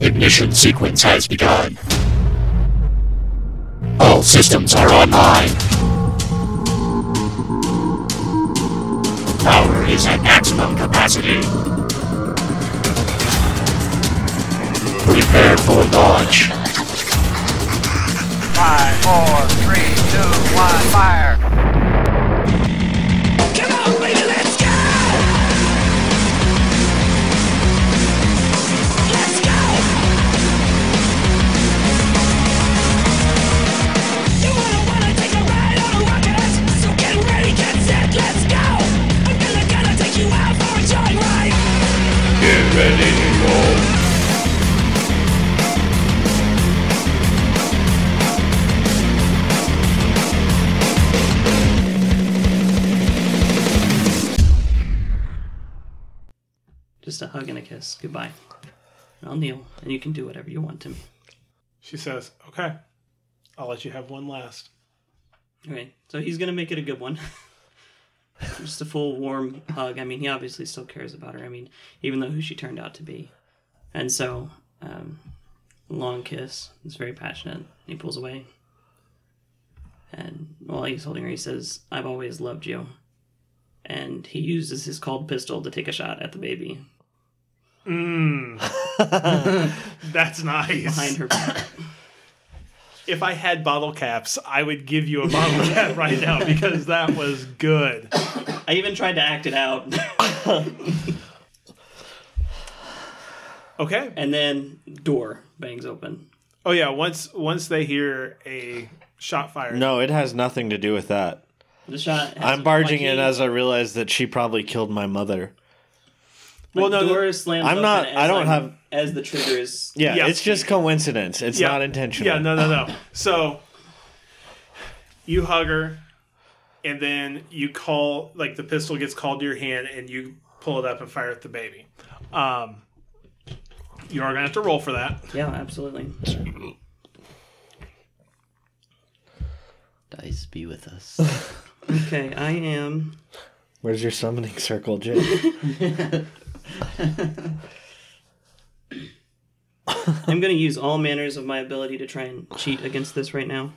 Ignition sequence has begun. All systems are online. Power is at maximum capacity. Prepare for launch. Five, four, three, two, one, fire! Get ready to roll. Just a hug and a kiss. Goodbye. And I'll kneel, and you can do whatever you want to me. She says, Okay, I'll let you have one last. Okay, so he's gonna make it a good one. Just a full warm hug. I mean, he obviously still cares about her. I mean, even though who she turned out to be, and so um, long kiss. He's very passionate. He pulls away, and while he's holding her, he says, "I've always loved you," and he uses his called pistol to take a shot at the baby That's nice. behind her back. If I had bottle caps, I would give you a bottle cap right now because that was good. I even tried to act it out. Okay. And then door bangs open. Oh yeah, once once they hear a shot fired. No, it has nothing to do with that. The shot. has- I'm barging Joaquin- in as I realize that she probably killed my mother. well no, door the- slams. I'm open not- As I don't I'm- have- As the trigger is. Yeah, Yeah. it's just coincidence. It's yeah. not intentional. Yeah, no, no, no. So you hug her and then you call like the pistol gets called to your hand and you pull it up and fire at the baby. Um you are gonna have to roll for that. Yeah, absolutely. Dice be with us. Okay, I am. Where's your summoning circle, Jim? I'm going to use all manners of my ability to try and cheat against this right now.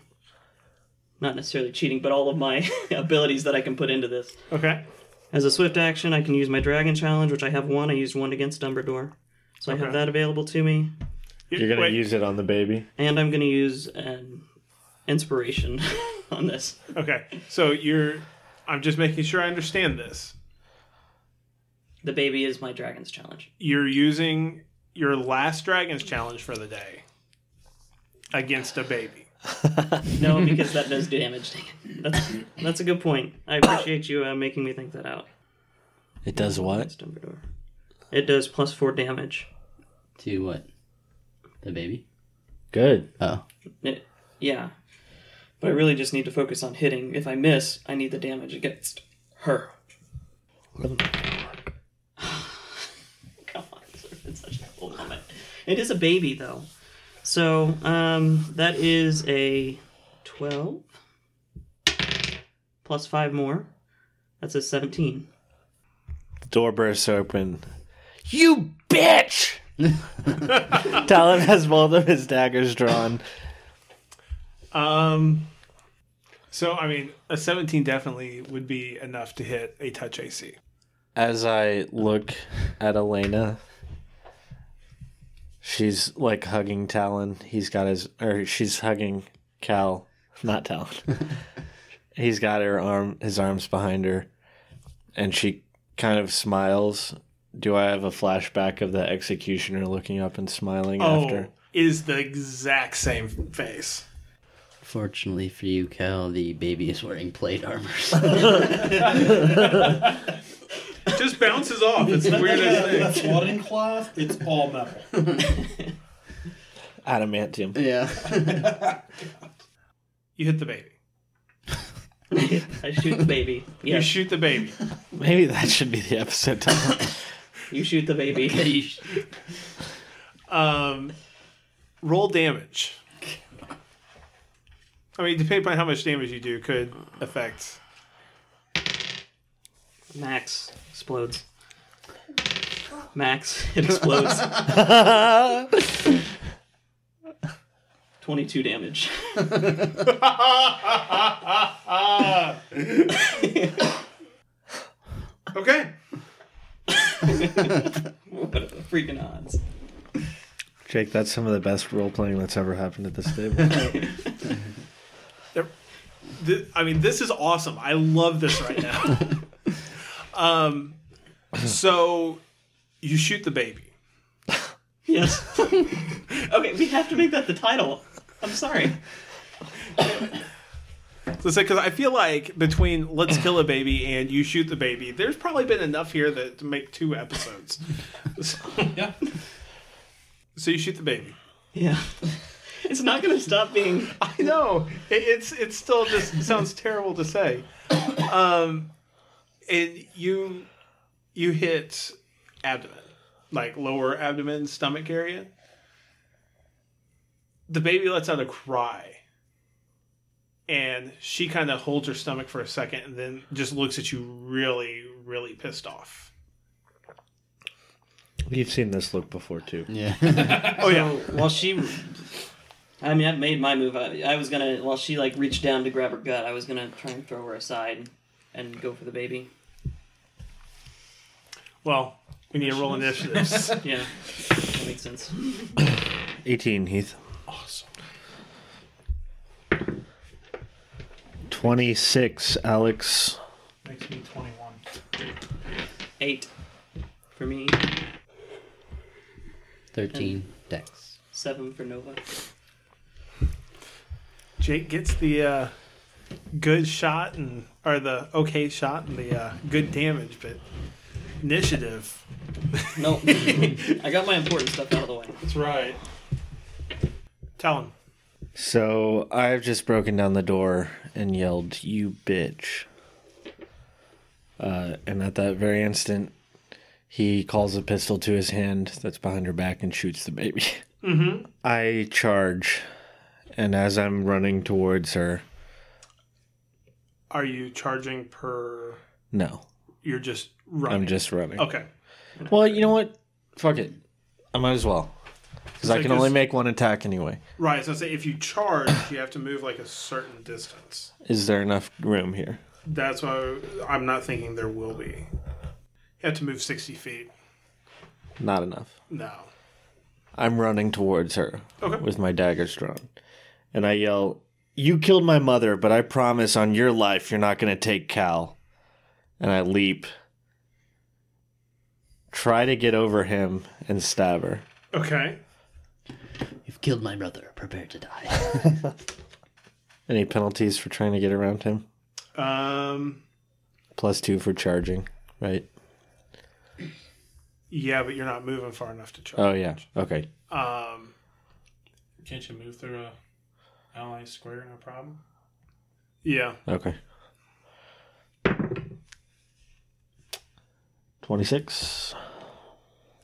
Not necessarily cheating, but all of my abilities that I can put into this. Okay. As a swift action, I can use my dragon challenge, which I have one. I used one against Dumbledore, so I Okay. have that available to me. You're gonna Wait. use it on the baby. And I'm going to use an inspiration on this. Okay. So you're I'm just making sure I understand this. The baby is my dragon's challenge. You're using your last dragon's challenge for the day against a baby. No, because that does do damage. Dang it. That's, that's a good point. I appreciate you uh, making me think that out. It does what? It's Dumbledore. It does plus four damage. To what? The baby? Good. Oh. It, yeah. But I really just need to focus on hitting. If I miss, I need the damage against her. Come on, it's such a cool moment. It is a baby, though. So, um, that is a 12 plus five more. That's a 17. Door bursts open. You bitch! Talon has both of his daggers drawn. Um so I mean a 17 definitely would be enough to hit a touch AC. As I look at Elena, she's like hugging Talon. He's got his, or she's hugging Cal, not Talon. He's got her arm, his arms behind her, and she kind of smiles. Do I have a flashback of the executioner looking up and smiling after? Oh, is the exact same face. Fortunately for you, Cal, the baby is wearing plate armor. It just bounces off. It's the weirdest thing. Watercloth, it's all metal. Adamantium. yeah. You hit the baby. I shoot the baby. You Yes, shoot the baby. Maybe that should be the episode title. you shoot the baby. Um, roll damage. I mean, depending on how much damage you do, could affect. Max explodes. Max, it explodes. 22 damage. Okay. what are the freaking odds? Jake, that's some of the best role playing that's ever happened at this table. There- th- I mean, this is awesome. I love this right now. um, so you shoot the baby. Yes. okay, we have to make that the title. I'm sorry. Let's say because I feel like between "Let's Kill a Baby" and "You Shoot the Baby," there's probably been enough here that to make two episodes. so, Yeah. so you shoot the baby. Yeah. It's not going to stop being. I know it, it's it still just sounds terrible to say. Um, and you you hit abdomen, like lower abdomen, stomach area. The baby lets out a cry, and she kind of holds her stomach for a second, and then just looks at you really, really pissed off. You've seen this look before too. Yeah. Oh yeah, So, while she. I mean, I've made my move. I, I was going to. While she, like, reached down to grab her gut, I was going to try and throw her aside and go for the baby. well we need to roll initiatives. Yeah. That makes sense. 18, Heath. Awesome. 26, Alex. Makes me 21. Eight for me, 13 dex. seven for Nova. Jake gets the uh, good shot and or the okay shot and the uh, good damage, but initiative. No, I got my important stuff out of the way. That's right. Tell him. So I've just broken down the door and yelled, You bitch. Uh, and at that very instant, he calls a pistol to his hand that's behind her back and shoots the baby. Mm-hmm. I charge, and as I'm running towards her, Are you charging per? no, You're just running. I'm just running. okay. Well, you know what? Fuck it. I might as well. Because I So can just- only make one attack anyway. Right. So say if you charge, you have to move like a certain distance. Is there enough room here? That's why I'm not thinking there will be. You have to move sixty feet. Not enough. No. I'm running towards her Okay. with my daggers drawn. And I yell, You killed my mother, but I promise on your life you're not going to take Cal. And I leap, try to get over him, and stab her. Okay. You've killed my brother. Prepare to die. Any penalties for trying to get around him? Um. Plus two for charging, right? Yeah, but you're not moving far enough to Oh, charge. yeah. Okay. Um. Can't you move through a ally square? No problem. Yeah. Okay. 26.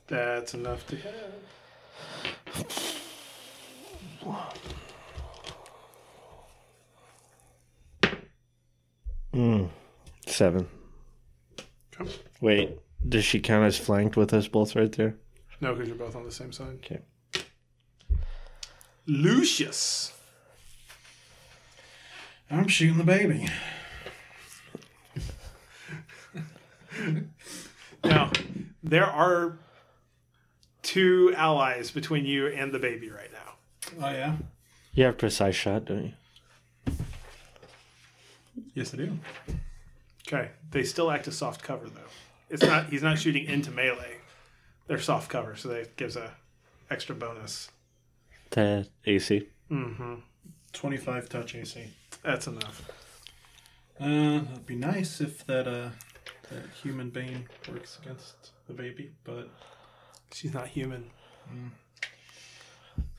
That's enough to hit. Seven. Come. Wait, does she count as flanked with us both right there? No, because you're both on the same side. Okay. Lucius. I'm shooting the baby. Now, there are two allies between you and the baby right now. Oh, yeah? You have precise shot, don't you? Yes, I do. Okay. They still act as soft cover though. It's not he's not shooting into melee. They're soft cover, so that gives a extra bonus. To AC. 25 touch AC. That's enough. Uh, it'd be nice if that, uh, that human being works against the baby, but She's not human.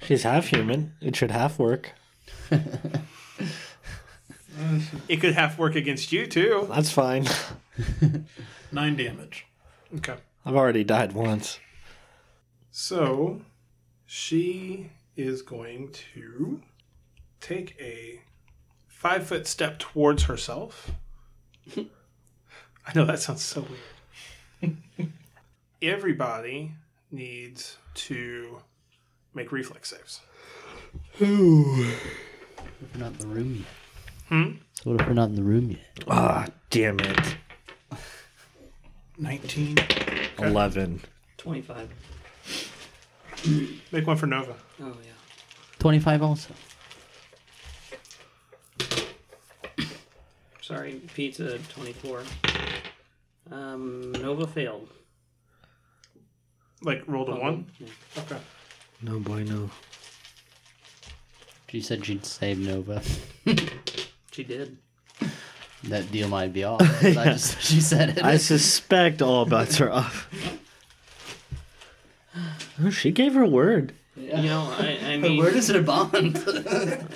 She's half human. It should half work. uh, It could half work against you too. That's fine. nine damage. Okay. I've already died once. So she is going to take a five foot step towards herself. I know that sounds so weird. everybody needs to make reflex saves. What if we're not in the room yet? Hmm? What if we're not in the room yet? Ah, damn it. 19. 11. 25. Make one for Nova. Oh, yeah. 25 also. Sorry, pizza 24. Um, Nova failed. Like rolled Oh, a one. Yeah. Okay. No boy, no. She said she'd save Nova. She did. That deal might be off. but I just, she said it. I suspect all bets are off. Oh, she gave her word. You know, I, I mean, Where does it bond?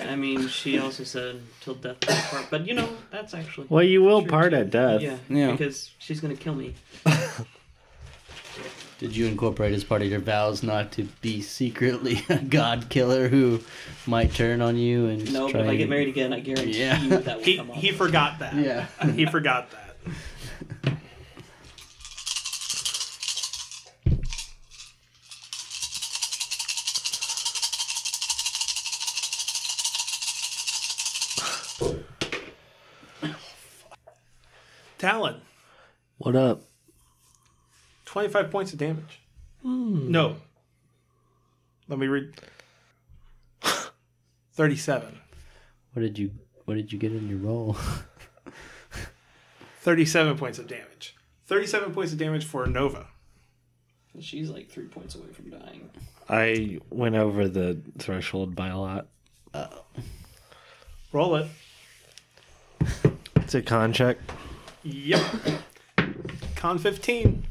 I mean, she also said till death do us part, but you know, that's actually Well, you will part at death. yeah, Yeah. because she's gonna kill me. Did you incorporate as part of your vows not to be secretly a god killer who might turn on you and No, but try if I and- get married again, I guarantee Yeah. you that will He come up. he forgot that. Yeah. He forgot that. Talon, What up? 25 points of damage. No. Let me read. 37. What did you What did you get in your roll? 37 points of damage. 37 points of damage for Nova. She's like three points away from dying. I went over the threshold by a lot. Roll it. It's a con check. Yep. Con 15.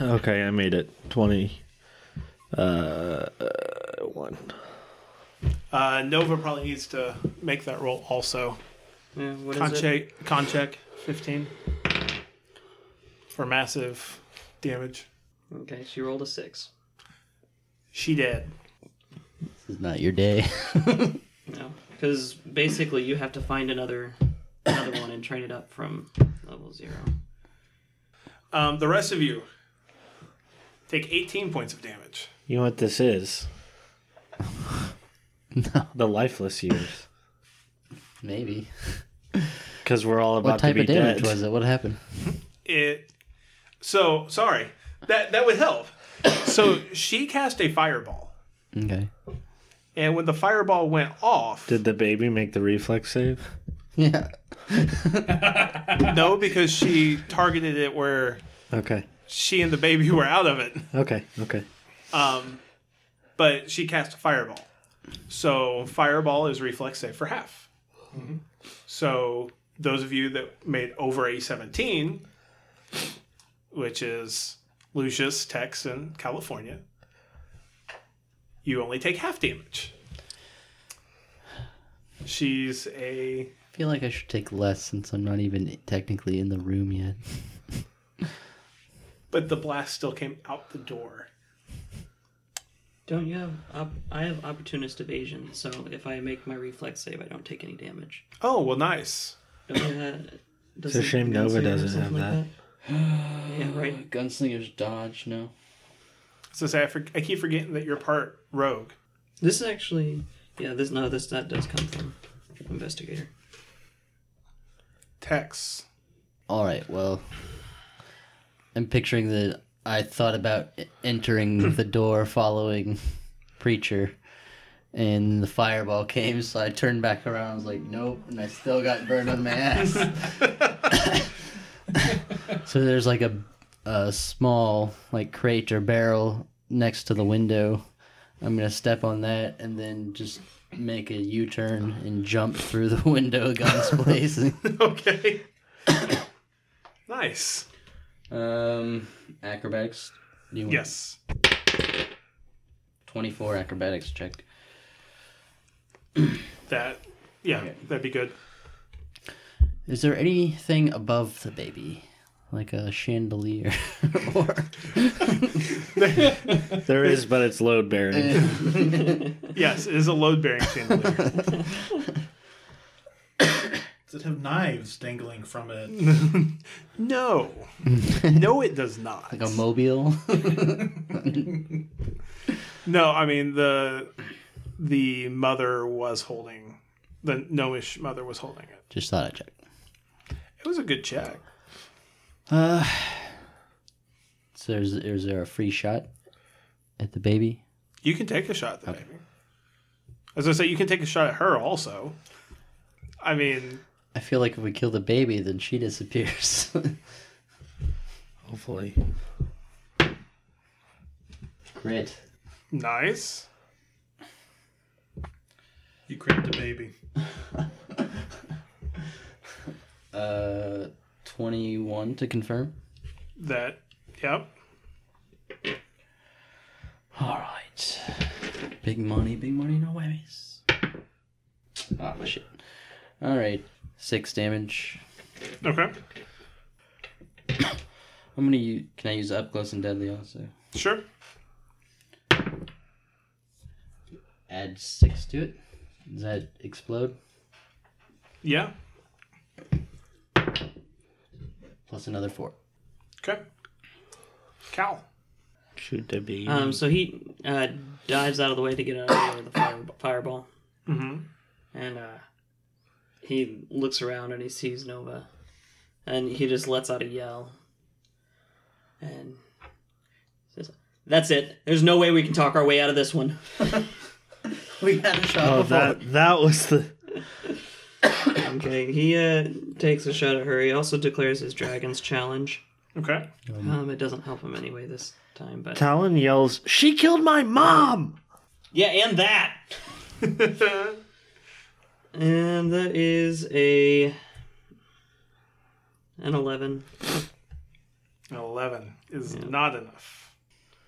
Okay, I made it. 20. Uh, uh, one. Uh, Nova probably needs to make that roll also. Yeah, what is Con it? check, con check 15 for massive damage. Okay, she rolled a six. She dead. This is not your day. No, because basically you have to find another another one and train it up from level zero. Um, the rest of you take 18 points of damage. You know what this is? The lifeless years. Maybe. Because we're all about What type to of be damage dead. was it? What happened? It. So sorry. That that would help. So she cast a fireball, Okay. and when the fireball went off, Did the baby make the reflex save? Yeah. no, because she targeted it where Okay. she and the baby were out of it. Okay. Okay. Um, but she cast a fireball. So fireball is reflex save for half. So those of you that made over a 17, which is Lucius, Tex, and California, you only take half damage. She's a I feel like I should take less since I'm not even technically in the room yet. but the blast still came out the door. Don't you have? Op- I have opportunist evasion, so if I make my reflex save, I don't take any damage. Oh well, nice. Don't you have? It's a shame Nova doesn't have yeah, right. Gunslinger's dodge, no. Since I, for- I keep forgetting that you're part rogue. This is actually, yeah. This no, this that does come from investigator. Tex. All right. Well, I'm picturing the. I thought about e-, entering the door following preacher, and the fireball came. So I turned back around. I was like, "Nope," and I still got burned on my ass. so there's like a a small like crate or barrel next to the window. I'm gonna step on that and then just make a U-turn and jump through the window, guns blazing. Okay. nice. Um, acrobatics. Do you want Yes. Twenty-four acrobatics check. That. Yeah, that'd be good. Is there anything above the baby, like a chandelier, or There is, but it's load bearing. Yes, it is a load bearing chandelier. It's that have knives dangling from it. No, no, it does not. Like a mobile. No, I mean the the mother was holding the gnomish mother was holding it. Just thought I'd check. It was a good check. So is, is there a free shot at the baby? You can take a shot at the baby. As I say, you can take a shot at her also. I mean, I feel like if we kill the baby, then she disappears. Hopefully. Great. nice. You grabbed a baby. Uh, 21 to confirm. That yep. All right. Big money, big money, no whammies. Ah, my shit. All right. Six damage. Okay. How many you can I use up close and deadly also? Sure. Add six to it. Does that explode? Yeah. Plus another four. Okay. Cal. Shoot the bee. Um, so he uh, dives out of the way to get out of the way of the fire, fireball. Mm-hmm. And uh, he looks around and he sees Nova. And he just lets out a yell. And says, That's it. There's no way we can talk our way out of this one. We had a shot oh, before. that that was the Okay, Oh, he uh, takes a shot at her. He also declares his dragon's challenge. Okay. Um, it doesn't help him anyway this time, but Talon yells, "She killed my mom!" yeah, and that, and that is a an eleven. Eleven is not enough.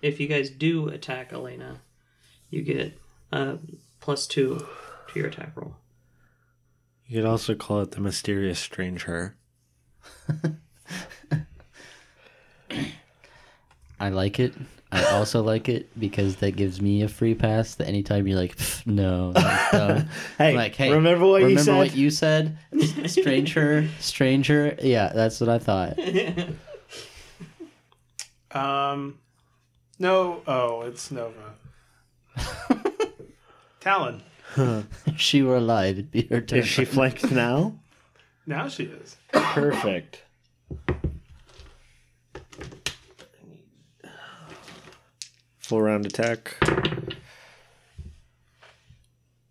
If you guys do attack Elena, you get uh, plus two to your attack roll. You could also call it the mysterious stranger. I like it. I also like it because that gives me a free pass. That anytime you're like, "Pff, no, that's dumb." Hey, like, hey, remember what you remember said? what you said? stranger, stranger. Yeah, that's what I thought. Um. No. Oh, it's Nova. Talon. If she were alive, it'd be her turn. Is she flanked now? Now she is. Perfect. Full round attack.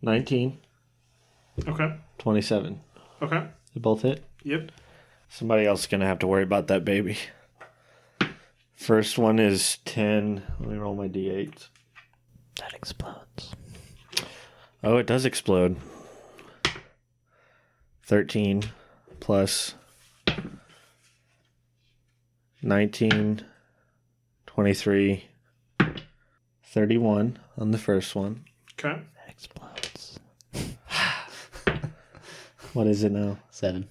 19, Okay. 27. Okay. They both hit. Yep. Somebody else is going to have to worry about that baby. First one is 10. Let me roll my d8. That explodes. Oh, it does explode. 13 plus 19, 23, 31 on the first one. Okay. That explodes. What is it now? Seven.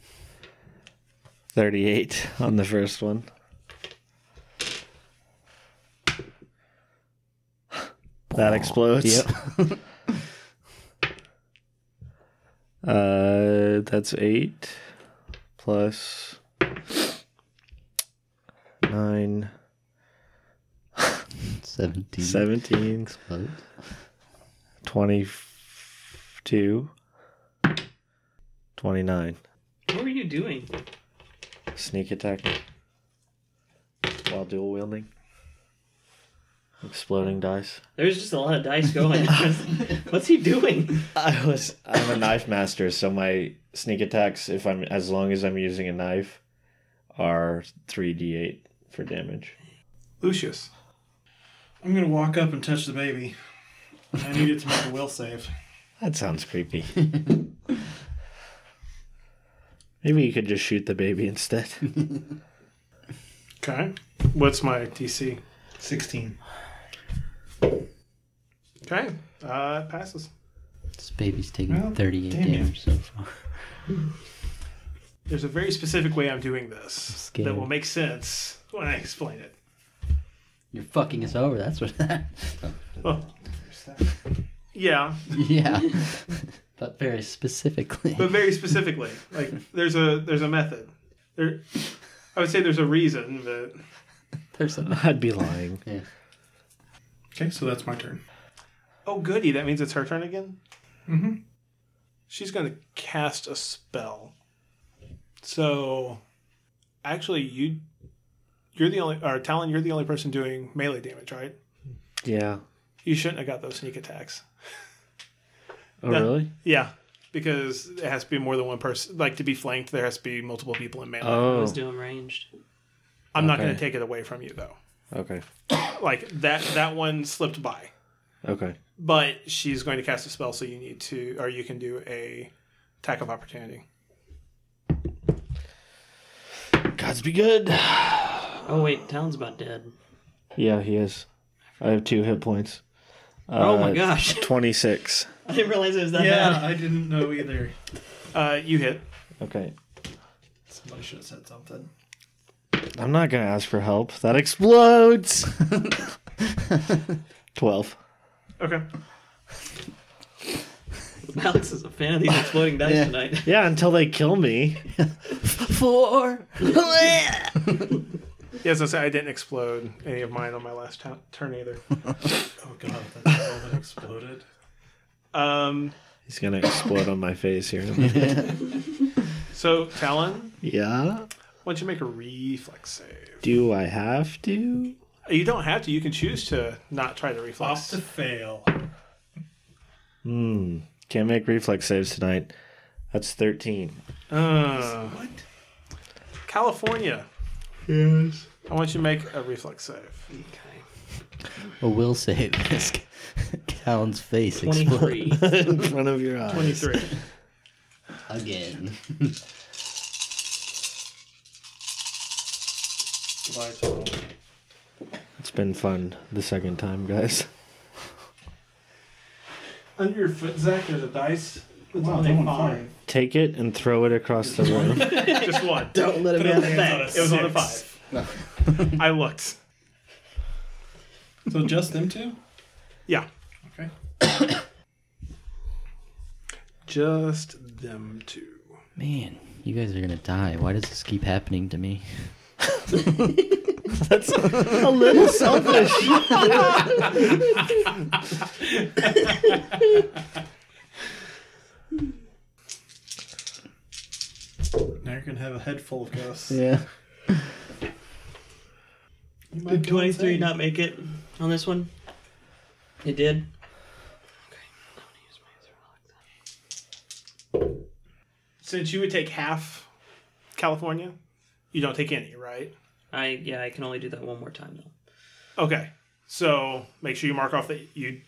38 on the first one. That explodes. Yep. Uh, that's eight plus nine, Seventeen. 17, Explodes. 22, 29. What were you doing? Sneak attack while dual wielding. Exploding dice. There's just a lot of dice going. What's he doing? I was I'm a knife master, so my sneak attacks, if I'm as long as I'm using a knife, are three d eight for damage. Lucius. I'm gonna walk up and touch the baby. I need it to make a will save. That sounds creepy. Maybe you could just shoot the baby instead. Okay. What's my DC? 16. Okay. Uh, it passes. This baby's taking Well, thirty-eight damn it. damage so far. There's a very specific way I'm doing this scared. that will make sense when I explain it. You're fucking us over. That's what that. Yeah. yeah. but very specifically. but very specifically. Like there's a there's a method. There, I would say there's a reason, but There's a I'd be lying. yeah. Okay, so that's my turn. oh goody, that means it's her turn again. Mm-hmm. Mhm. She's going to cast a spell. So, actually, you you're the only or Talon, you're the only person doing melee damage, right? Yeah. You shouldn't have got those sneak attacks. Oh, Yeah. really? Yeah, because it has to be more than one person. Like to be flanked, there has to be multiple people in melee. I Oh. was doing ranged. I'm not okay. going to take it away from you though. Okay. Like that that one slipped by. Okay. But she's going to cast a spell, so you need to, or you can do a attack of opportunity. God's be good. Oh wait, Talon's about dead. Yeah, he is. I have two hit points. oh Uh, my gosh, 26. I didn't realize it was that Yeah, bad. I didn't know either. Uh, you hit. Okay. Somebody should have said something. I'm not going to ask for help. That explodes. 12. Okay. Alex is a fan of these exploding dice Yeah. tonight. Yeah, until they kill me. Four. Yeah, as I said, I didn't explode any of mine on my last t- turn either. Oh god, that's all that exploded. Um, He's going to explode on my face here. in a minute. so, Talon, yeah. why don't you make a reflex save? Do I have to? You don't have to. You can choose to not try the reflex. Off to fail. Hmm. Can't make reflex saves tonight. That's 13. Uh, What? California. Yes. I want you to make a reflex save. Okay. A will save. as Callan's face explodes Twenty-three. in front of your eyes. 23. again. Goodbye, Tom. It's been fun the second time, guys. Under your foot, Zach, there's a dice. Wow, that went fine. Take it and throw it across the room. Just one. Don't let him out. It was on a five. I looked. So just them two? Yeah. Okay. Just them two. Man, you guys are gonna die. Why does this keep happening to me? a little selfish. Now you're gonna have a head full of ghosts. Yeah. You might Did go twenty-three insane. not make it on this one? It did. Okay, I'm gonna use my other relic then. Since you would take half California, you don't take any, right? I yeah, I can only do that one more time though. Okay. So make sure you mark off that you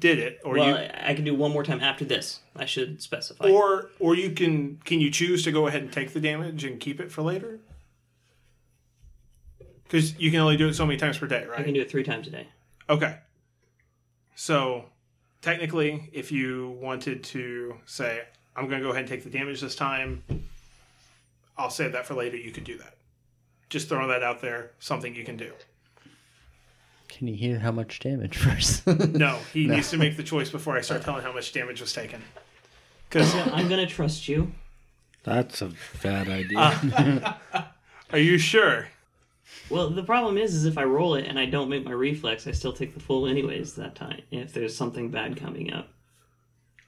did it, or Well, you, I I can do one more time after this. I should specify. or or you can can you choose to go ahead and take the damage and keep it for later? Because you can only do it so many times per day, right? I can do it three times a day. Okay. So technically, if you wanted to say, I'm going to go ahead and take the damage this time, I'll save that for later, you could do that. Just throwing that out there, something you can do. Can you hear how much damage first? No, he needs to make the choice before I start telling how much damage was taken. Because I'm gonna trust you. That's a bad idea. Ah. are you sure? Well, the problem is, is if I roll it and I don't make my reflex, I still take the full anyways that time. If there's something bad coming up,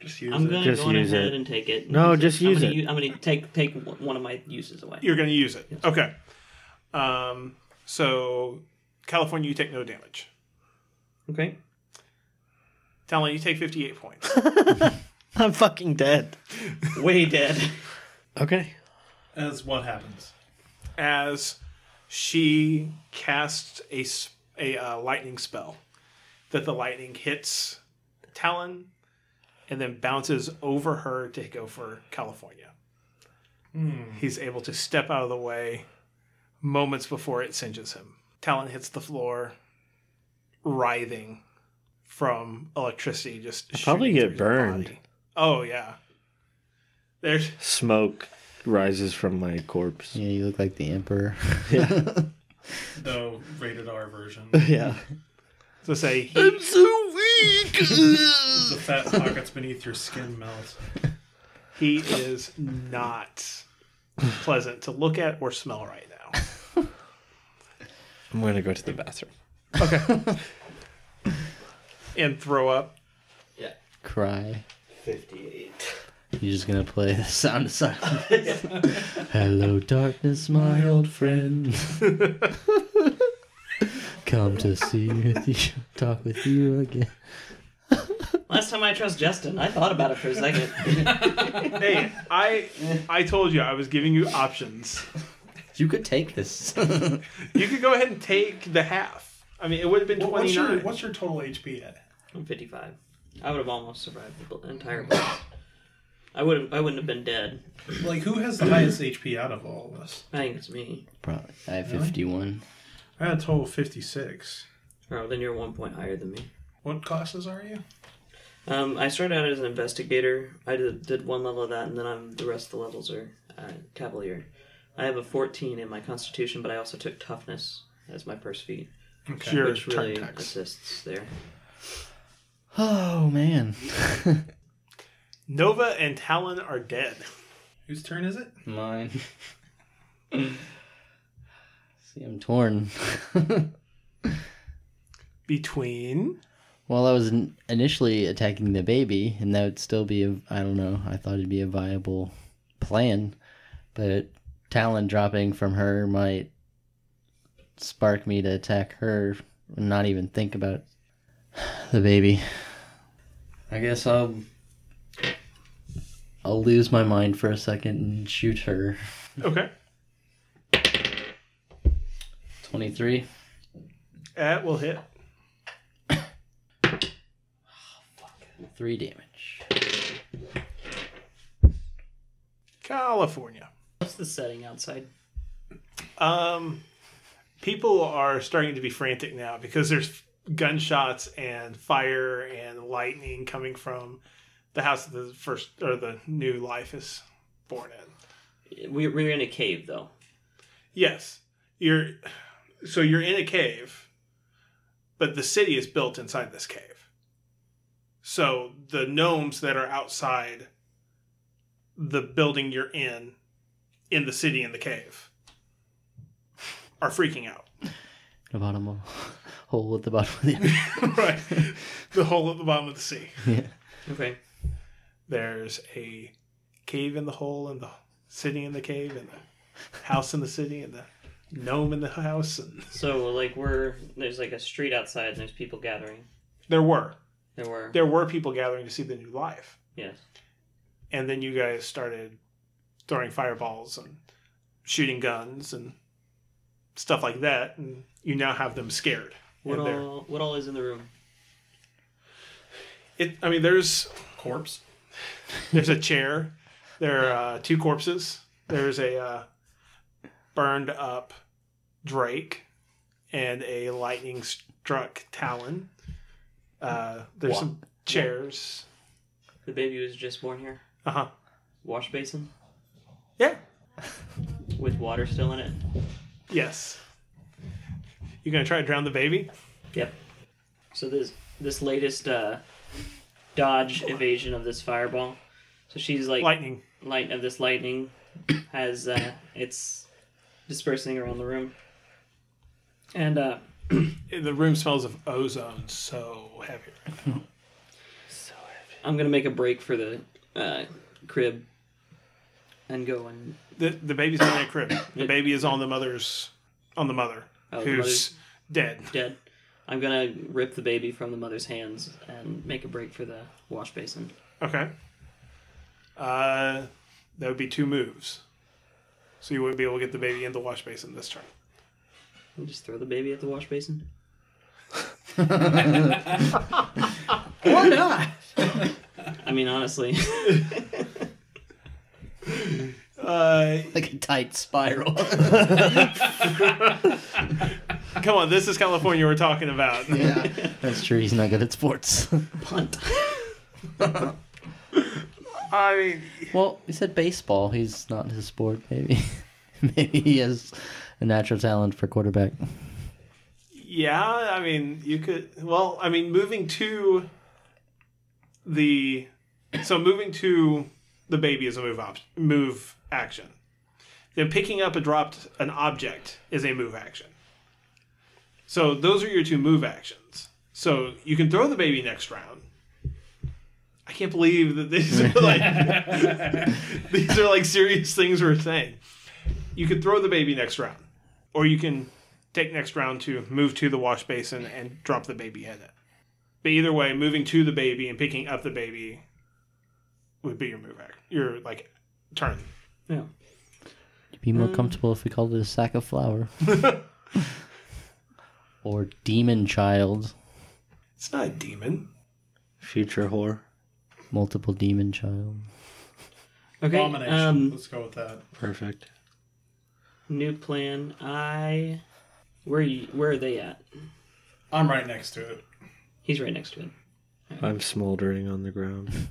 Just use I'm it. gonna Just go on use ahead it. and take it. No, just I'm use gonna it. u- I'm gonna take take one one of my uses away. You're going to use it. Okay. Um, so, California, you take no damage. Okay. Talon, you take 58 points. I'm fucking dead. Way dead. Okay. As what happens. as she casts a, s- a uh, lightning spell that the lightning hits Talon and then bounces over her to go for California. He's able to step out of the way moments before it singes him. Talon hits the floor, writhing from electricity. Just probably shooting get through his burned. body. Oh yeah, there's Smoke rises from my corpse. yeah, you look like the emperor. No rated R version. Yeah. to say he I'm so weak. the fat pockets beneath your skin melt. He is not pleasant to look at or smell right now. I'm gonna go to the bathroom. And throw up. Cry. 58. You're just gonna play the sound of silence. Hello, darkness, my old friend. Come to see with you, talk with you again. Last time I trust Justin, I thought about it for a second. Hey, I I told you I was giving you options. You could take this. You could go ahead and take the half. I mean, it would have been What- What's twenty your nine. what's your total HP at? I'm 55. I would have almost survived the bl- entire blast. I wouldn't. I wouldn't have been dead. Like who has the highest HP out of all of us? I think it's me. Probably. I have 51. I had a total of fifty six. Oh, then you're one point higher than me. What classes are you? Um, I started out as an investigator. I did, did one level of that, and then I'm the rest of the levels are uh, cavalier. I have a 14 in my constitution, but I also took toughness as my first feat, Okay. Sure. which really Tactics. assists there. Oh, man. Nova and Talon are dead. Whose turn is it? Mine. See, I'm torn. Between Well, I was in- initially attacking the baby, and that would still be a, I don't know, I thought it'd be a viable plan, but Talon dropping from her might spark me to attack her and not even think about the baby. I guess I'll I'll lose my mind for a second and shoot her. okay, 23. that will hit. 3 damage. California. What's the setting outside? Um, people are starting to be frantic now because there's gunshots and fire and lightning coming from the house that the first or the new life is born in. We, we're in a cave, though. Yes, you're. So you're in a cave, but the city is built inside this cave. So the gnomes that are outside the building you're in, in the city in the cave, are freaking out. The bottom of, hole at the bottom of the right. The hole at the bottom of the sea. Okay. There's a cave in the hole and the city in the cave and the house in the city and the gnome in the house and So like we're there's like a street outside, and there's people gathering. there were. There were There were people gathering to see the new life. yes. And then you guys started throwing fireballs and shooting guns and stuff like that and you now have them scared. What And they're- all, what all is in the room? It I mean there's Corpse. There's a chair. There are uh, two corpses. There's a uh, burned up Drake and a lightning struck Talon. Uh, there's some chairs. The baby was just born here. Uh huh. Wash basin Yeah. with water still in it. Yes. You gonna try to drown the baby? Yep. So this this latest uh, dodge evasion of this fireball. So she's like light, Lightning. of this lightning has uh, it's dispersing around the room, and uh, The room smells of ozone so heavy. I'm gonna make a break for the uh, crib and go and The the baby's not in a crib. The baby is on the mother's on the mother Oh, the who's dead. dead. I'm gonna rip the baby from the mother's hands and make a break for the wash basin. Okay. Uh, that would be two moves. So you wouldn't be able to get the baby in the wash basin this turn. And just throw the baby at the wash basin. Why not? I mean, honestly, Uh, Like a tight spiral. come on, this is California we're talking about. yeah, that's true. He's not good at sports. punt. I mean, well, he said baseball. He's not his sport. Maybe, maybe he has a natural talent for quarterback. yeah, I mean, you could. Well, I mean, moving to the. So moving to the baby is a move op- move action. Then picking up a dropped an object is a move action. So those are your two move actions. So you can throw the baby next round. I can't believe that these are like these are like serious things we're saying. You could throw the baby next round, or you can take next round to move to the wash basin and drop the baby in it. But either way, moving to the baby and picking up the baby would be your move act. Your like turn. Yeah. It'd be more comfortable if we called it a sack of flour. or demon child. It's not a demon. Future whore. Multiple demon child. Okay. Abomination. Um, Let's go with that. Perfect. new plan. I. Where are you, Where are they at? I'm right next to it. He's right next to it. I'm smoldering on the ground.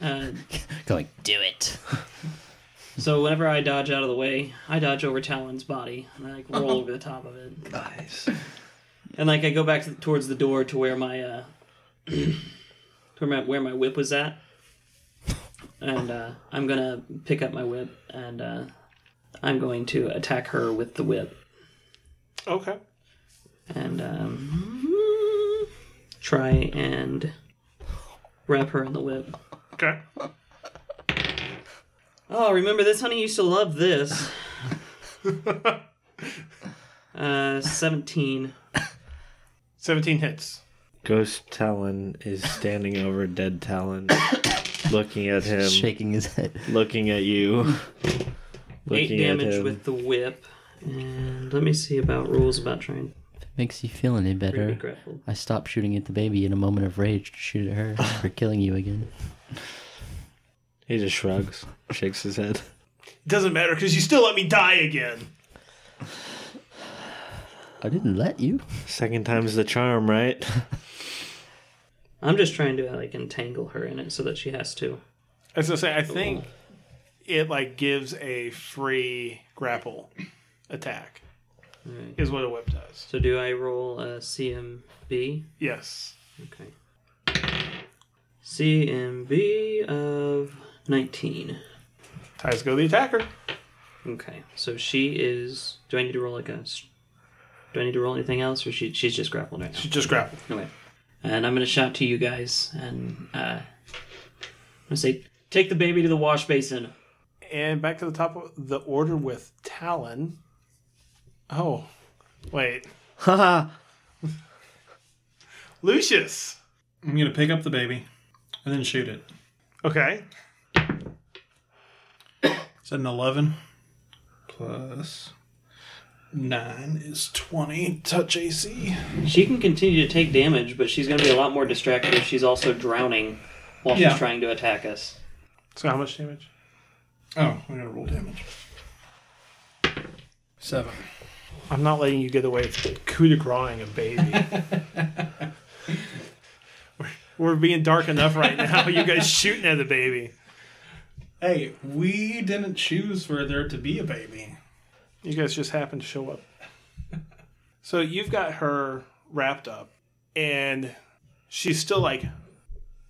Uh, Going, do it. so whenever I dodge out of the way, I dodge over Talon's body and I like roll over the top of it. Nice. and like I go back to, towards the door to where my uh, to where my, where my whip was at, and uh, I'm gonna pick up my whip and uh, I'm going to attack her with the whip Okay. and um, try and wrap her in the whip. Okay. Oh, remember this, honey? You used to love this. uh, seventeen. Seventeen hits. Ghost Talon is standing over dead Talon, looking at him, Shaking his head. looking at you, Eight looking at damage him. with the whip. And let me see about rules about trying Makes you feel to any be better. grappled. I stopped shooting at the baby in a moment of rage to shoot at her for killing you again. He just shrugs, shakes his head. It doesn't matter because you still let me die again. I didn't let you. Second time's the charm, right? I'm just trying to like entangle her in it so that she has to. I was gonna say I think it like gives a free grapple attack. Alright. Is what a whip does. So do I roll a CMB? Yes. Okay. CMB of 19. Ties go the attacker. Okay. So she is. Do I need to roll like a? s- Do I need to roll anything else, or she she's just grappled right She just grapple. now? Okay. And I'm gonna shout to you guys, and uh, I'm gonna say, take the baby to the wash basin. And back to the top of the order with Talon. Oh, wait. Haha. Lucius. I'm gonna pick up the baby and then shoot it. Okay. Is that an 11? Plus 9 is 20. Touch AC. She can continue to take damage, but she's gonna be a lot more distracted if she's also drowning while Yeah. she's trying to attack us. So how much damage? Oh, I gotta roll damage. 7. I'm not letting you get away with coup de graceing a baby. We're- We're being dark enough right now. You guys shooting at the baby. Hey, we didn't choose for there to be a baby. You guys just happened to show up. So you've got her wrapped up, and she's still like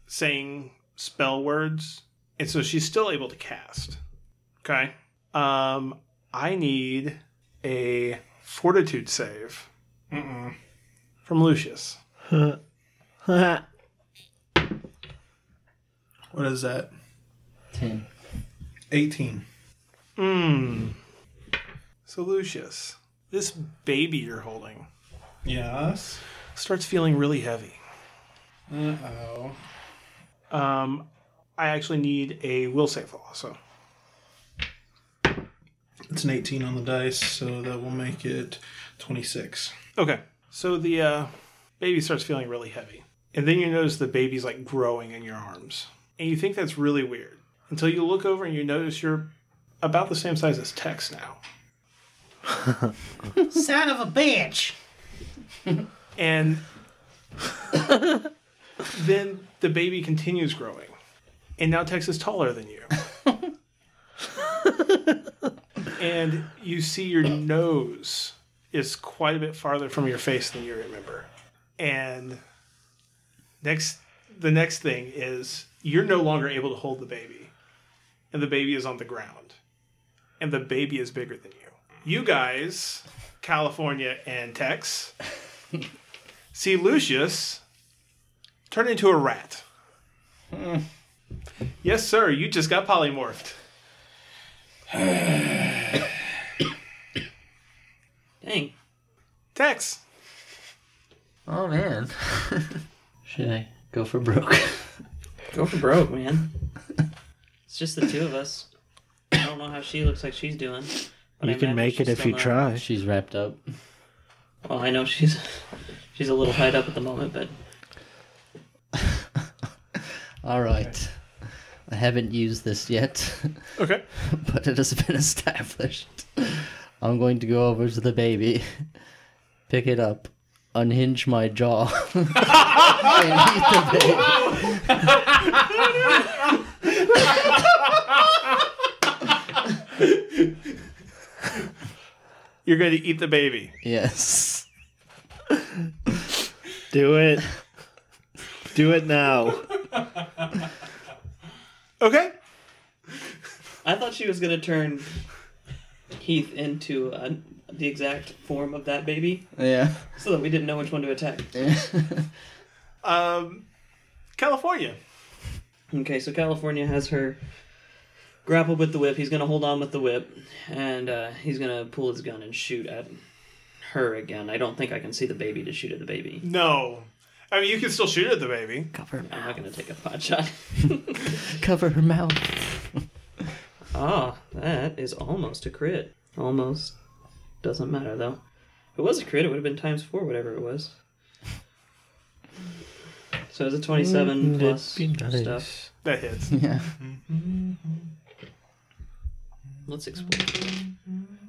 saying spell words, and so she's still able to cast. Okay. Um, I need a fortitude save from Lucius. What is that? Ten. 18. Hmm. So Lucius, this baby you're holding Yes. starts feeling really heavy. Uh oh. Um, I actually need a will save also. It's an 18 on the dice, so that will make it 26. Okay. So the uh, baby starts feeling really heavy. And then you notice the baby's like growing in your arms. And you think that's really weird until you look over and you notice you're about the same size as Tex now. Son of a bitch! And then the baby continues growing. And now Tex is taller than you. and you see your nose is quite a bit farther from your face than you remember. And next the next thing is you're no longer able to hold the baby. and the baby is on the ground. And the baby is bigger than you. You guys, California and Tex, see Lucius turn into a rat. Yes, sir, you just got polymorphed. Dang. Tex, Oh man. Should I go for broke? Go for broke. man. It's just the two of us. I don't know how she looks like she's doing. but You I can imagine make it she's if you still not- try. She's wrapped up. Well, I know she's she's a little tied up at the moment, but All right. I haven't used this yet, Okay. but it has been established. I'm going to go over to the baby, pick it up, unhinge my jaw, and eat the baby. You're going to eat the baby. Yes. Do it. Do it now. Okay. I thought she was gonna turn Heath into uh, the exact form of that baby, Yeah. so that we didn't know which one to attack. Um, California. Okay, so California has her grappled with the whip. He's gonna hold on with the whip, and uh, he's gonna pull his gun and shoot at her again. I don't think I can see the baby to shoot at the baby. No. I mean, you can still shoot at the baby. Cover, I'm not gonna take a pot shot. cover her mouth. Ah, that is almost a crit. Almost. Doesn't matter though. If it was a crit, it would have been times four, whatever it was. So it's a twenty-seven plus stuff. That hits. Yeah. Let's explode.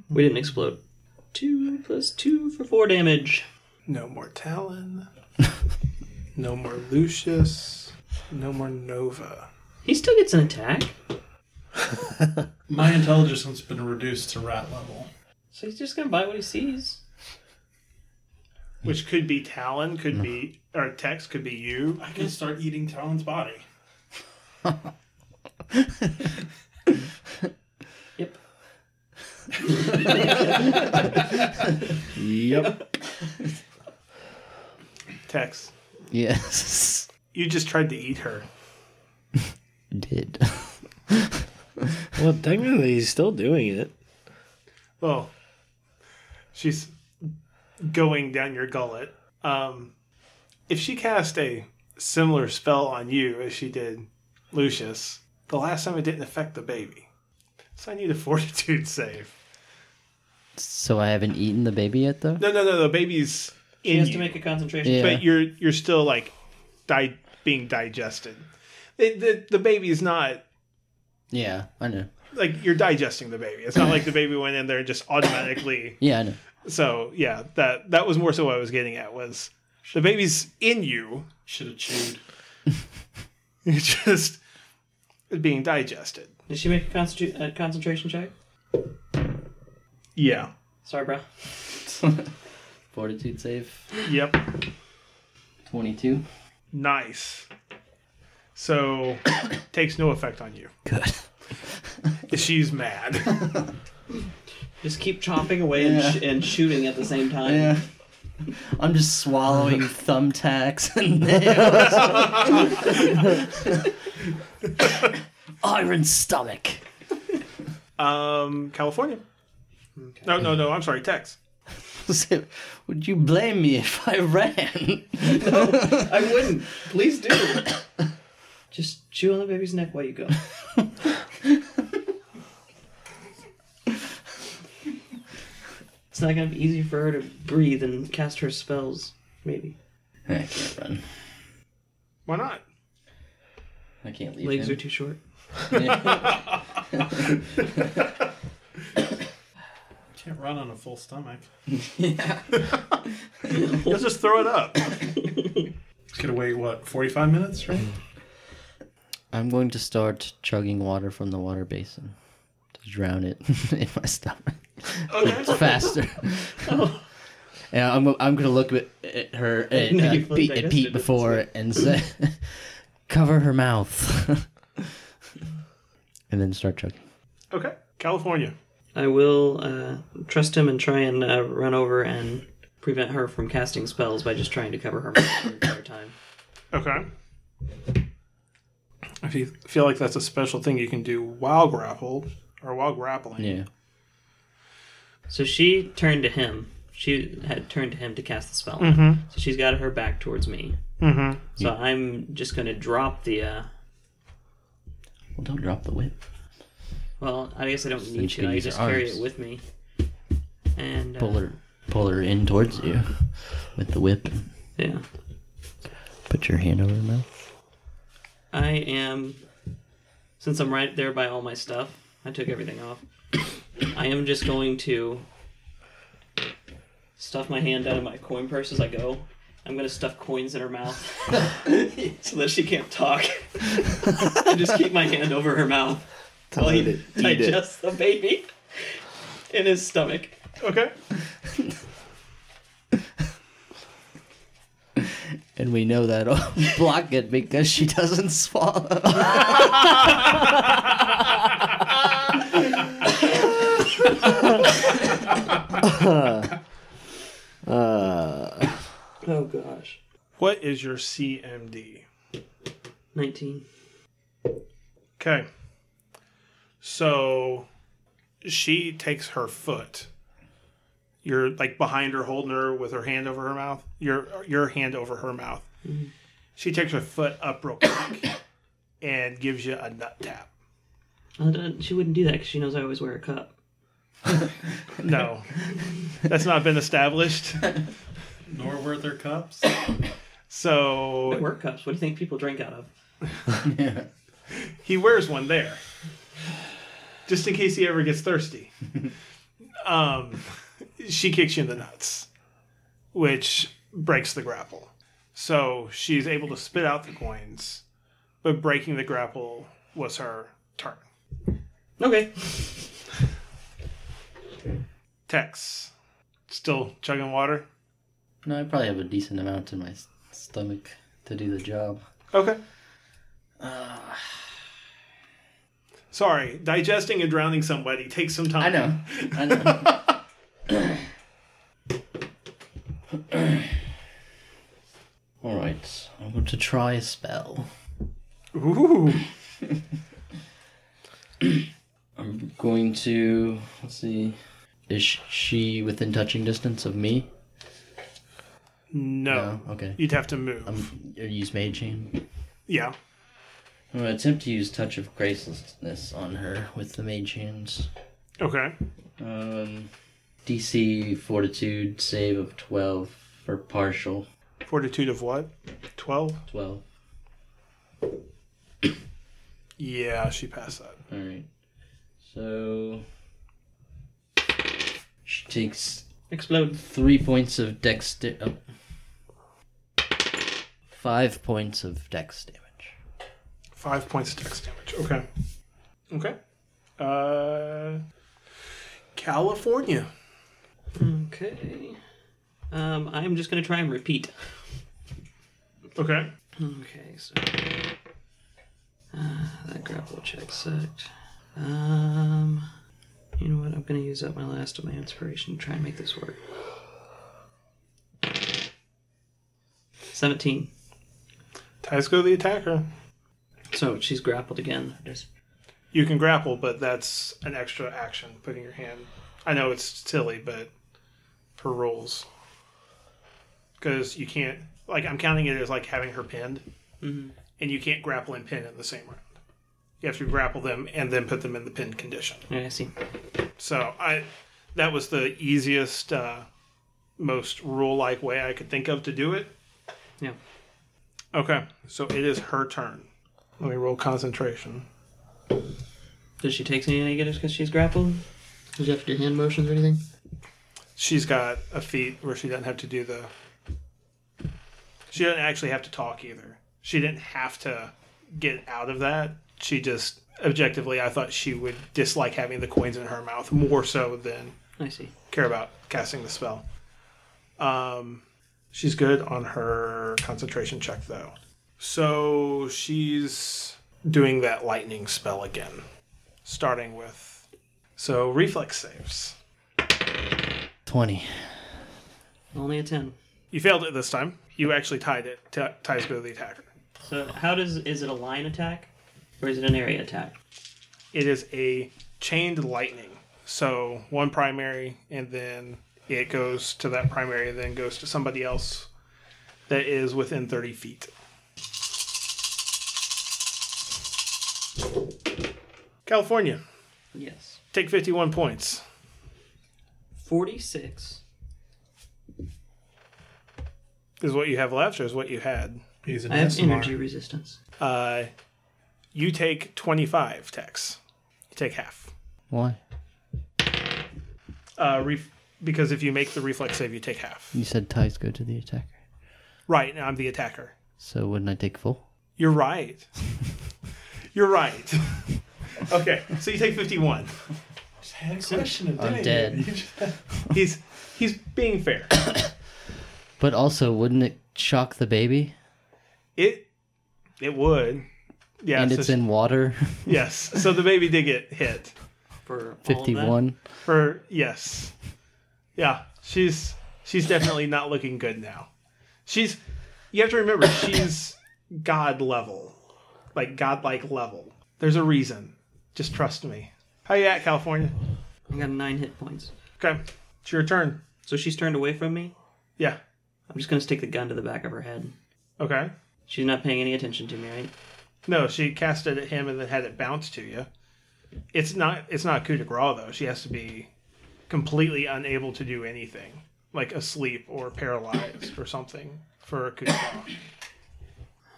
We didn't explode. Two plus two for four damage. No more Talon. no more Lucius. No more Nova. He still gets an attack, My intelligence has been reduced to rat level. so he's just gonna buy what he sees. Which could be Talon, could be, or Tex, could be you. I can start eating Talon's body. Yep. Yep. Tex, Yes. you just tried to eat her. Did. Well, technically, he's still doing it. Well, Oh. she's going down your gullet. Um, if she cast a similar spell on you as she did Lucius, the last time it didn't affect the baby. So I need a fortitude save. So I haven't eaten the baby yet, though. No, no, no, the baby's in He has you. to make a concentration. Yeah. but you're you're still like di- being digested. The, the the baby is not Yeah, I know. like you're digesting the baby. It's not like the baby went in there and just automatically. Yeah, I know. So yeah, that that was more so what I was getting at was the baby's in you. Should have chewed. It's just being digested. Did she make a, constitu- a concentration check? Yeah. Sorry, bro. Fortitude save. Yep. Twenty-two. Nice. So takes no effect on you. Good. She's mad. Just keep chopping away and, sh- and shooting at the same time. Yeah. I'm just swallowing thumbtacks and nails. Iron stomach. Um, California. No, no, no. I'm sorry, Tex. So, Would you blame me if I ran? I wouldn't. Please do. Just chew on the baby's neck while you go. it's not gonna be easy for her to breathe and cast her spells. Maybe I can't run. Why not? I can't leave legs him. are too short. Can't run on a full stomach. Let's just throw it up. It's gonna wait what, forty-five minutes, right? I'm going to start chugging water from the water basin to drown it in my stomach. Okay. faster. and I'm, I'm gonna look at, at her at, No, uh, you Pete, looked at digested, Pete before and say, "Cover her mouth." and then start choking. Okay. California. I will uh, trust him and try and uh, run over and prevent her from casting spells by just trying to cover her mouth the entire time. Okay. If you feel like that's a special thing you can do while grappled or while grappling. Yeah. So she turned to him. She had turned to him to cast the spell. So she's got her back towards me. Mm-hmm. So I'm just going to drop the. Uh, Well, don't drop the whip. well, I guess I don't you need can to. I use your just carry arms. it with me. And uh, Pull her, pull her in towards you with the whip. Yeah, Put your hand over her mouth. I am. Since I'm right there by all my stuff, I took everything off. I am just going to stuff my hand out of my coin purse as I go. I'm gonna stuff coins in her mouth so that she can't talk. and just keep my hand over her mouth while Eat he it. Eat it. digests the baby in his stomach. Okay. And we know that'll block it because she doesn't swallow. Uh, Oh gosh. What is your CMD? 19. Okay. So she takes her foot. You're like behind her, holding her with her hand over her mouth. Your your hand over her mouth. She takes her foot up real quick and gives you a nut tap. I don't- Uh, She wouldn't do that because she knows I always wear a cup. No, that's not been established. Nor were there cups. They So wear cups. What do you think people drink out of? he wears one there, just in case he ever gets thirsty. Um, she kicks you in the nuts, which breaks the grapple. So she's able to spit out the coins, but breaking the grapple was her turn. Okay. Tex, still chugging water. No, I probably have a decent amount in my s- stomach to do the job. Okay. Sorry, digesting and drowning somebody takes some time. I know. I know. All right, I want to try a spell. Ooh. I'm going to let's see. Is sh- she within touching distance of me? Oh, No. okay. You'd have to move. Or use mage hand. yeah. I'm gonna attempt to use touch of gracelessness on her with the mage hands. Okay. Um, DC Fortitude save of twelve for partial Fortitude of what? 12? twelve. Yeah, she passed that. All right. So she takes Explode. three points of dex. Da- oh. Five points of dex damage. Five points of dex damage. Okay. Okay. Uh, California. Okay. Um, I'm just gonna try and repeat. Okay. Okay, so uh, that grapple check sucked. Um, you know what? I'm gonna use up my last of my inspiration to try and make this work. Seventeen. Tysco the attacker. So she's grappled again. Just- You can grapple, but that's an extra action, putting your hand. I know it's silly, but per rules. Because you can't, like, I'm counting it as like having her pinned, and you can't grapple and pin in the same round. You have to grapple them and then put them in the pinned condition. Yeah, I see. So I, that was the easiest, uh, most rule-like way I could think of to do it. Yeah. Okay, so it is her turn. Let me roll concentration. Does she take any negatives because she's grappled? Does you have to do hand motions or anything? she's got a feat where she doesn't have to do the she doesn't actually have to talk either she didn't have to get out of that she just objectively i thought she would dislike having the coins in her mouth more so than I see. care about casting the spell um she's good on her concentration check though so she's doing that lightning spell again starting with. So reflex saves. 20. Only a ten. You failed it this time. You actually tied it. T- ties go to the attacker. So how does is it a line attack, or is it an area attack? It is a chained lightning. So one primary, and then it goes to that primary, then goes to somebody else that is within 30 feet. California, Yes. take 51 points. Forty six. Is what you have left, or is what you had? He's an I have SMR. energy resistance. Uh, you take 25 Tex. You take half. Why? Uh, ref- because if you make the reflex save, you take half. You said ties go to the attacker. Right, now I'm the attacker. So wouldn't I take full? You're right. You're right. okay, so you take 51. Had a question of I'm day. dead. He's he's being fair. But also, wouldn't it shock the baby? It it would. Yeah. and so it's in water. yes. So the baby did get hit. For all of that? 51. For yes. Yeah. She's she's definitely not looking good now. She's you have to remember she's god level. Like godlike level. There's a reason. Just trust me. How you at, California? I got nine hit points. Okay. It's your turn. So she's turned away from me. Yeah. I'm just gonna stick the gun to the back of her head. Okay. She's not paying any attention to me, right? No, she cast it at him and then had it bounce to you. It's not it's not coup de grace though. She has to be completely unable to do anything, like asleep or paralyzed or something for a coup de grace.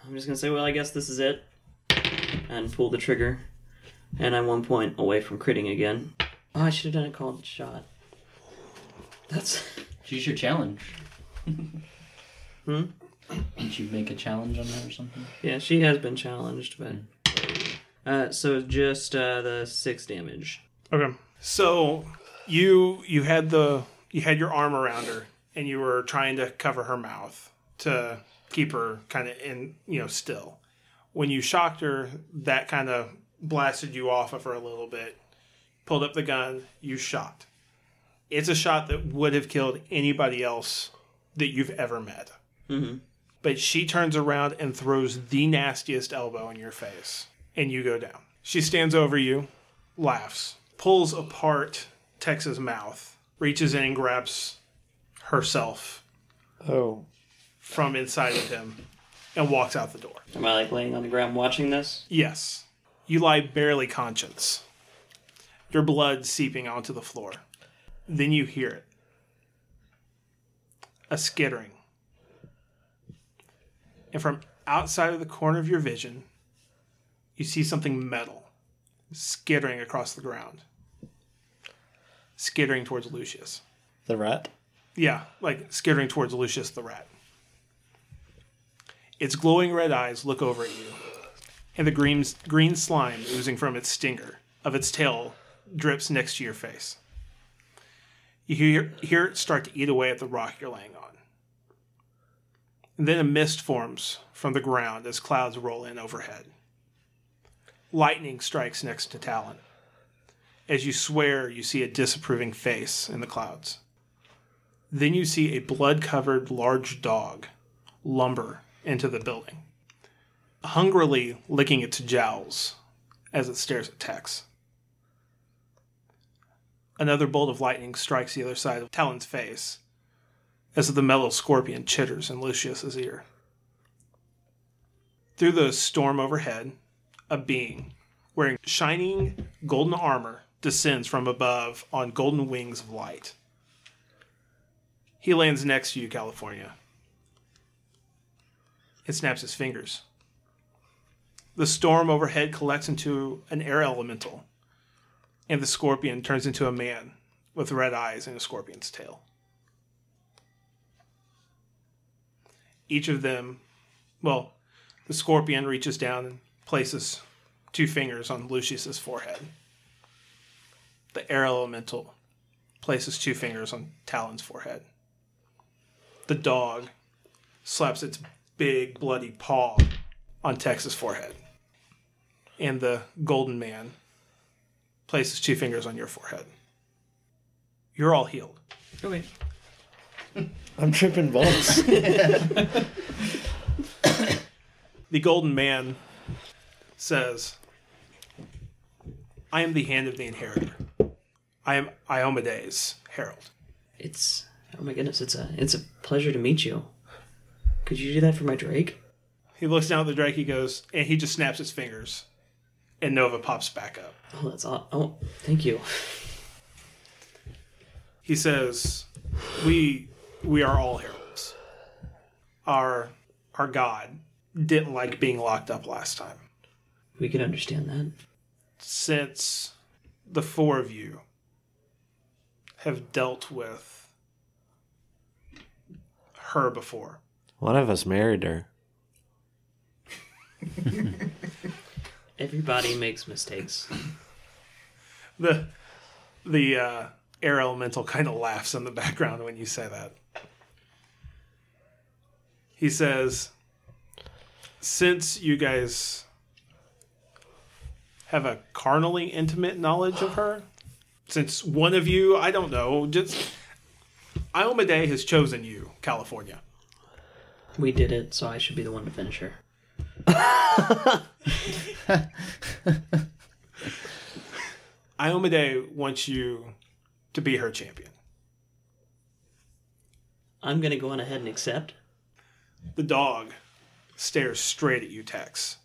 I'm just gonna say, well, I guess this is it, and pull the trigger. And I'm one point away from critting again. Oh, I should have done a called shot. That's Choose your challenge. Hmm? Didn't you make a challenge on her or something? yeah. She has been challenged, but uh, so just uh, the six damage. Okay. So you you had the you had your arm around her and you were trying to cover her mouth to keep her kind of in you know still. When you shocked her, that kind of blasted you off of her a little bit. Pulled up the gun, you shot. It's a shot that would have killed anybody else that you've ever met. But she turns around and throws the nastiest elbow in your face, and you go down. She stands over you, laughs, pulls apart Tex's mouth, reaches in and grabs herself Oh, from inside of him, and walks out the door. Am I like laying on the ground watching this? Yes, you lie barely conscious, your blood seeping onto the floor. Then you hear it a skittering. And from outside of the corner of your vision, you see something metal skittering across the ground, skittering towards Lucius. the rat. Yeah, like skittering towards Lucius the rat. Its glowing red eyes look over at you, and the green, green slime oozing from its stinger of its tail drips next to your face. You hear, hear it start to eat away at the rock you're laying on. And then a mist forms from the ground as clouds roll in overhead. Lightning strikes next to Talon. As you swear, you see a disapproving face in the clouds. Then you see a blood covered large dog lumber into the building, hungrily licking its jowls as it stares at Tex. Another bolt of lightning strikes the other side of Talon's face as the metal scorpion chitters in Lucius's ear. Through the storm overhead, a being wearing shining golden armor descends from above on golden wings of light. He lands next to you, California. It snaps his fingers. The storm overhead collects into an air elemental, and the scorpion turns into a man with red eyes and a scorpion's tail. Each of them, well, the scorpion reaches down and places two fingers on Lucius's forehead. The air elemental places two fingers on Talon's forehead. The dog slaps its big bloody paw on Tex's forehead. And the golden man places two fingers on your forehead. You're all healed. Okay. I'm tripping balls. The golden man says, I am the hand of the inheritor. I am Iomedes, Herald. It's oh my goodness, it's a it's a pleasure to meet you. Could you do that for my Drake? He looks down at the Drake, he goes, and he just snaps his fingers, and Nova pops back up. Oh, that's aw- oh, thank you. he says, "We we are all heralds. Our our God didn't like being locked up last time. We can understand that. Since the four of you have dealt with her before, One of us married her. Everybody makes mistakes. the the uh, air elemental kind of laughs in the background when you say that. He says, "Since you guys have a carnally intimate knowledge of her, since one of you, I don't know, just Iomade has chosen you, California." We did it, so I should be the one to finish her. Iomade wants you to be her champion. I'm gonna go on ahead and accept. The dog stares straight at you, Tex.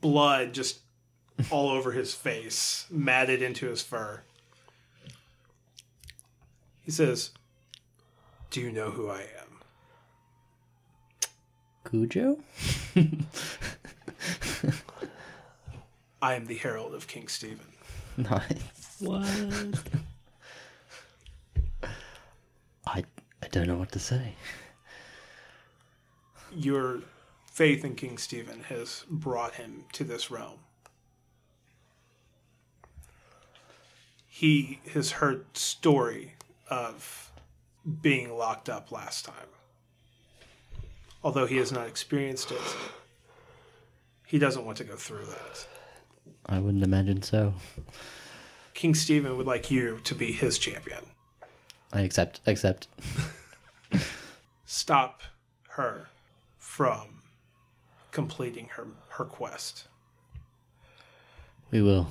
Blood just all over his face, matted into his fur. He says, Do you know who I am? Cujo? I am the Herald of King Stephen. Nice. What? I I don't know what to say. Your faith in King Stephen has brought him to this realm. He has heard story of being locked up last time. Although he has not experienced it, he doesn't want to go through that. I wouldn't imagine so. King Stephen would like you to be his champion. I accept. Accept. Stop her from completing her, her quest. We will.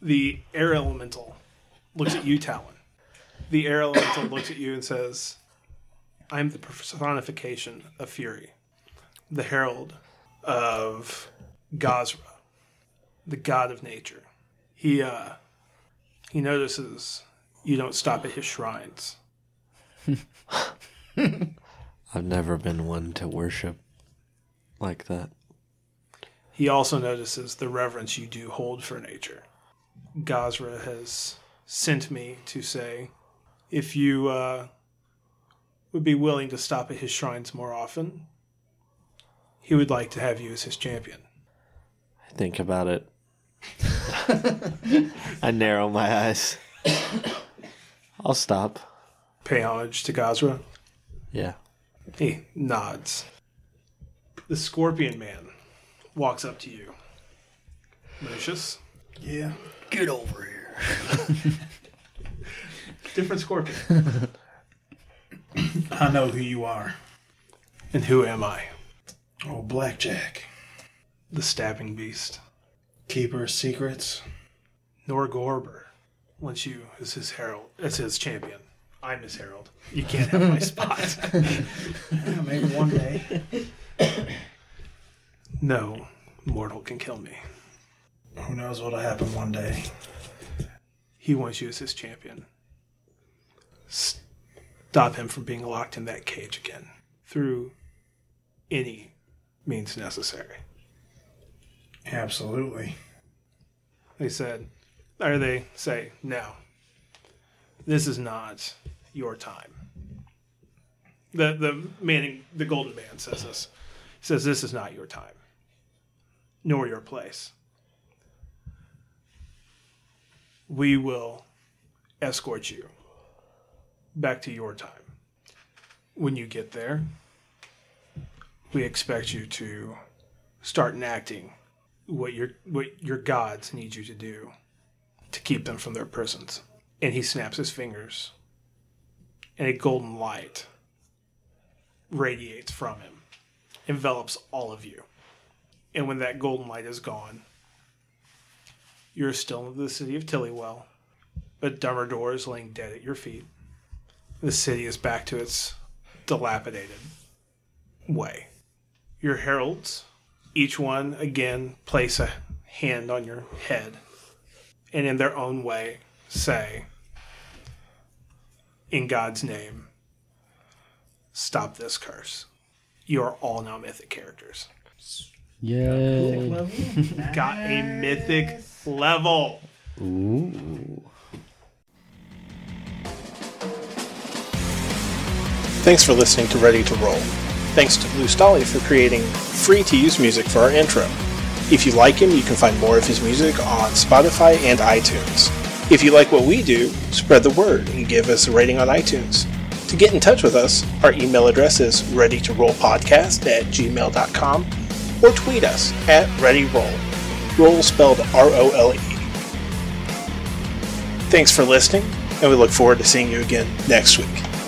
the air elemental looks at you, Talon. The air elemental looks at you and says, I am the personification of fury, the herald of Gazra, the god of nature. He uh, he notices you don't stop at his shrines. I've never been one to worship like that. He also notices the reverence you do hold for nature. Gazra has sent me to say if you uh, would be willing to stop at his shrines more often, he would like to have you as his champion. I think about it. I narrow my eyes. I'll stop. Pay homage to Gazra. Yeah. He nods. The scorpion man walks up to you. Lucius? Yeah. Get over here. Different scorpion. I know who you are. and who am I? Oh, Blackjack. The stabbing beast. Keeper of secrets. Norgorber wants you as his herald, as his champion. I'm his herald. You can't have my spot. Yeah, maybe one day. No mortal can kill me. Who knows what'll happen one day? He wants you as his champion. Stop him from being locked in that cage again through any means necessary. Absolutely. They said, or they say, no, this is not your time. The the man, in- the golden man, says this. He says this is not your time, nor your place. We will escort you back to your time. When you get there, we expect you to start enacting what your what your gods need you to do to keep them from their prisons. And he snaps his fingers, and a golden light radiates from him, envelops all of you. And when that golden light is gone, you're still in the city of Tillywell, but Dumbledore is laying dead at your feet. The city is back to its dilapidated way. Your heralds, each one again, place a hand on your head and in their own way say, In God's name, stop this curse. You are all now mythic characters. Yeah. Got a mythic level. Thanks for listening to Ready to Roll. Thanks to Blue Stolly for creating free to use music for our intro. If you like him, you can find more of his music on Spotify and iTunes. If you like what we do, spread the word and give us a rating on iTunes. To get in touch with us, our email address is readytorollpodcast at gmail.com or tweet us at readyroll. Roll spelled R O L E. Thanks for listening, and we look forward to seeing you again next week.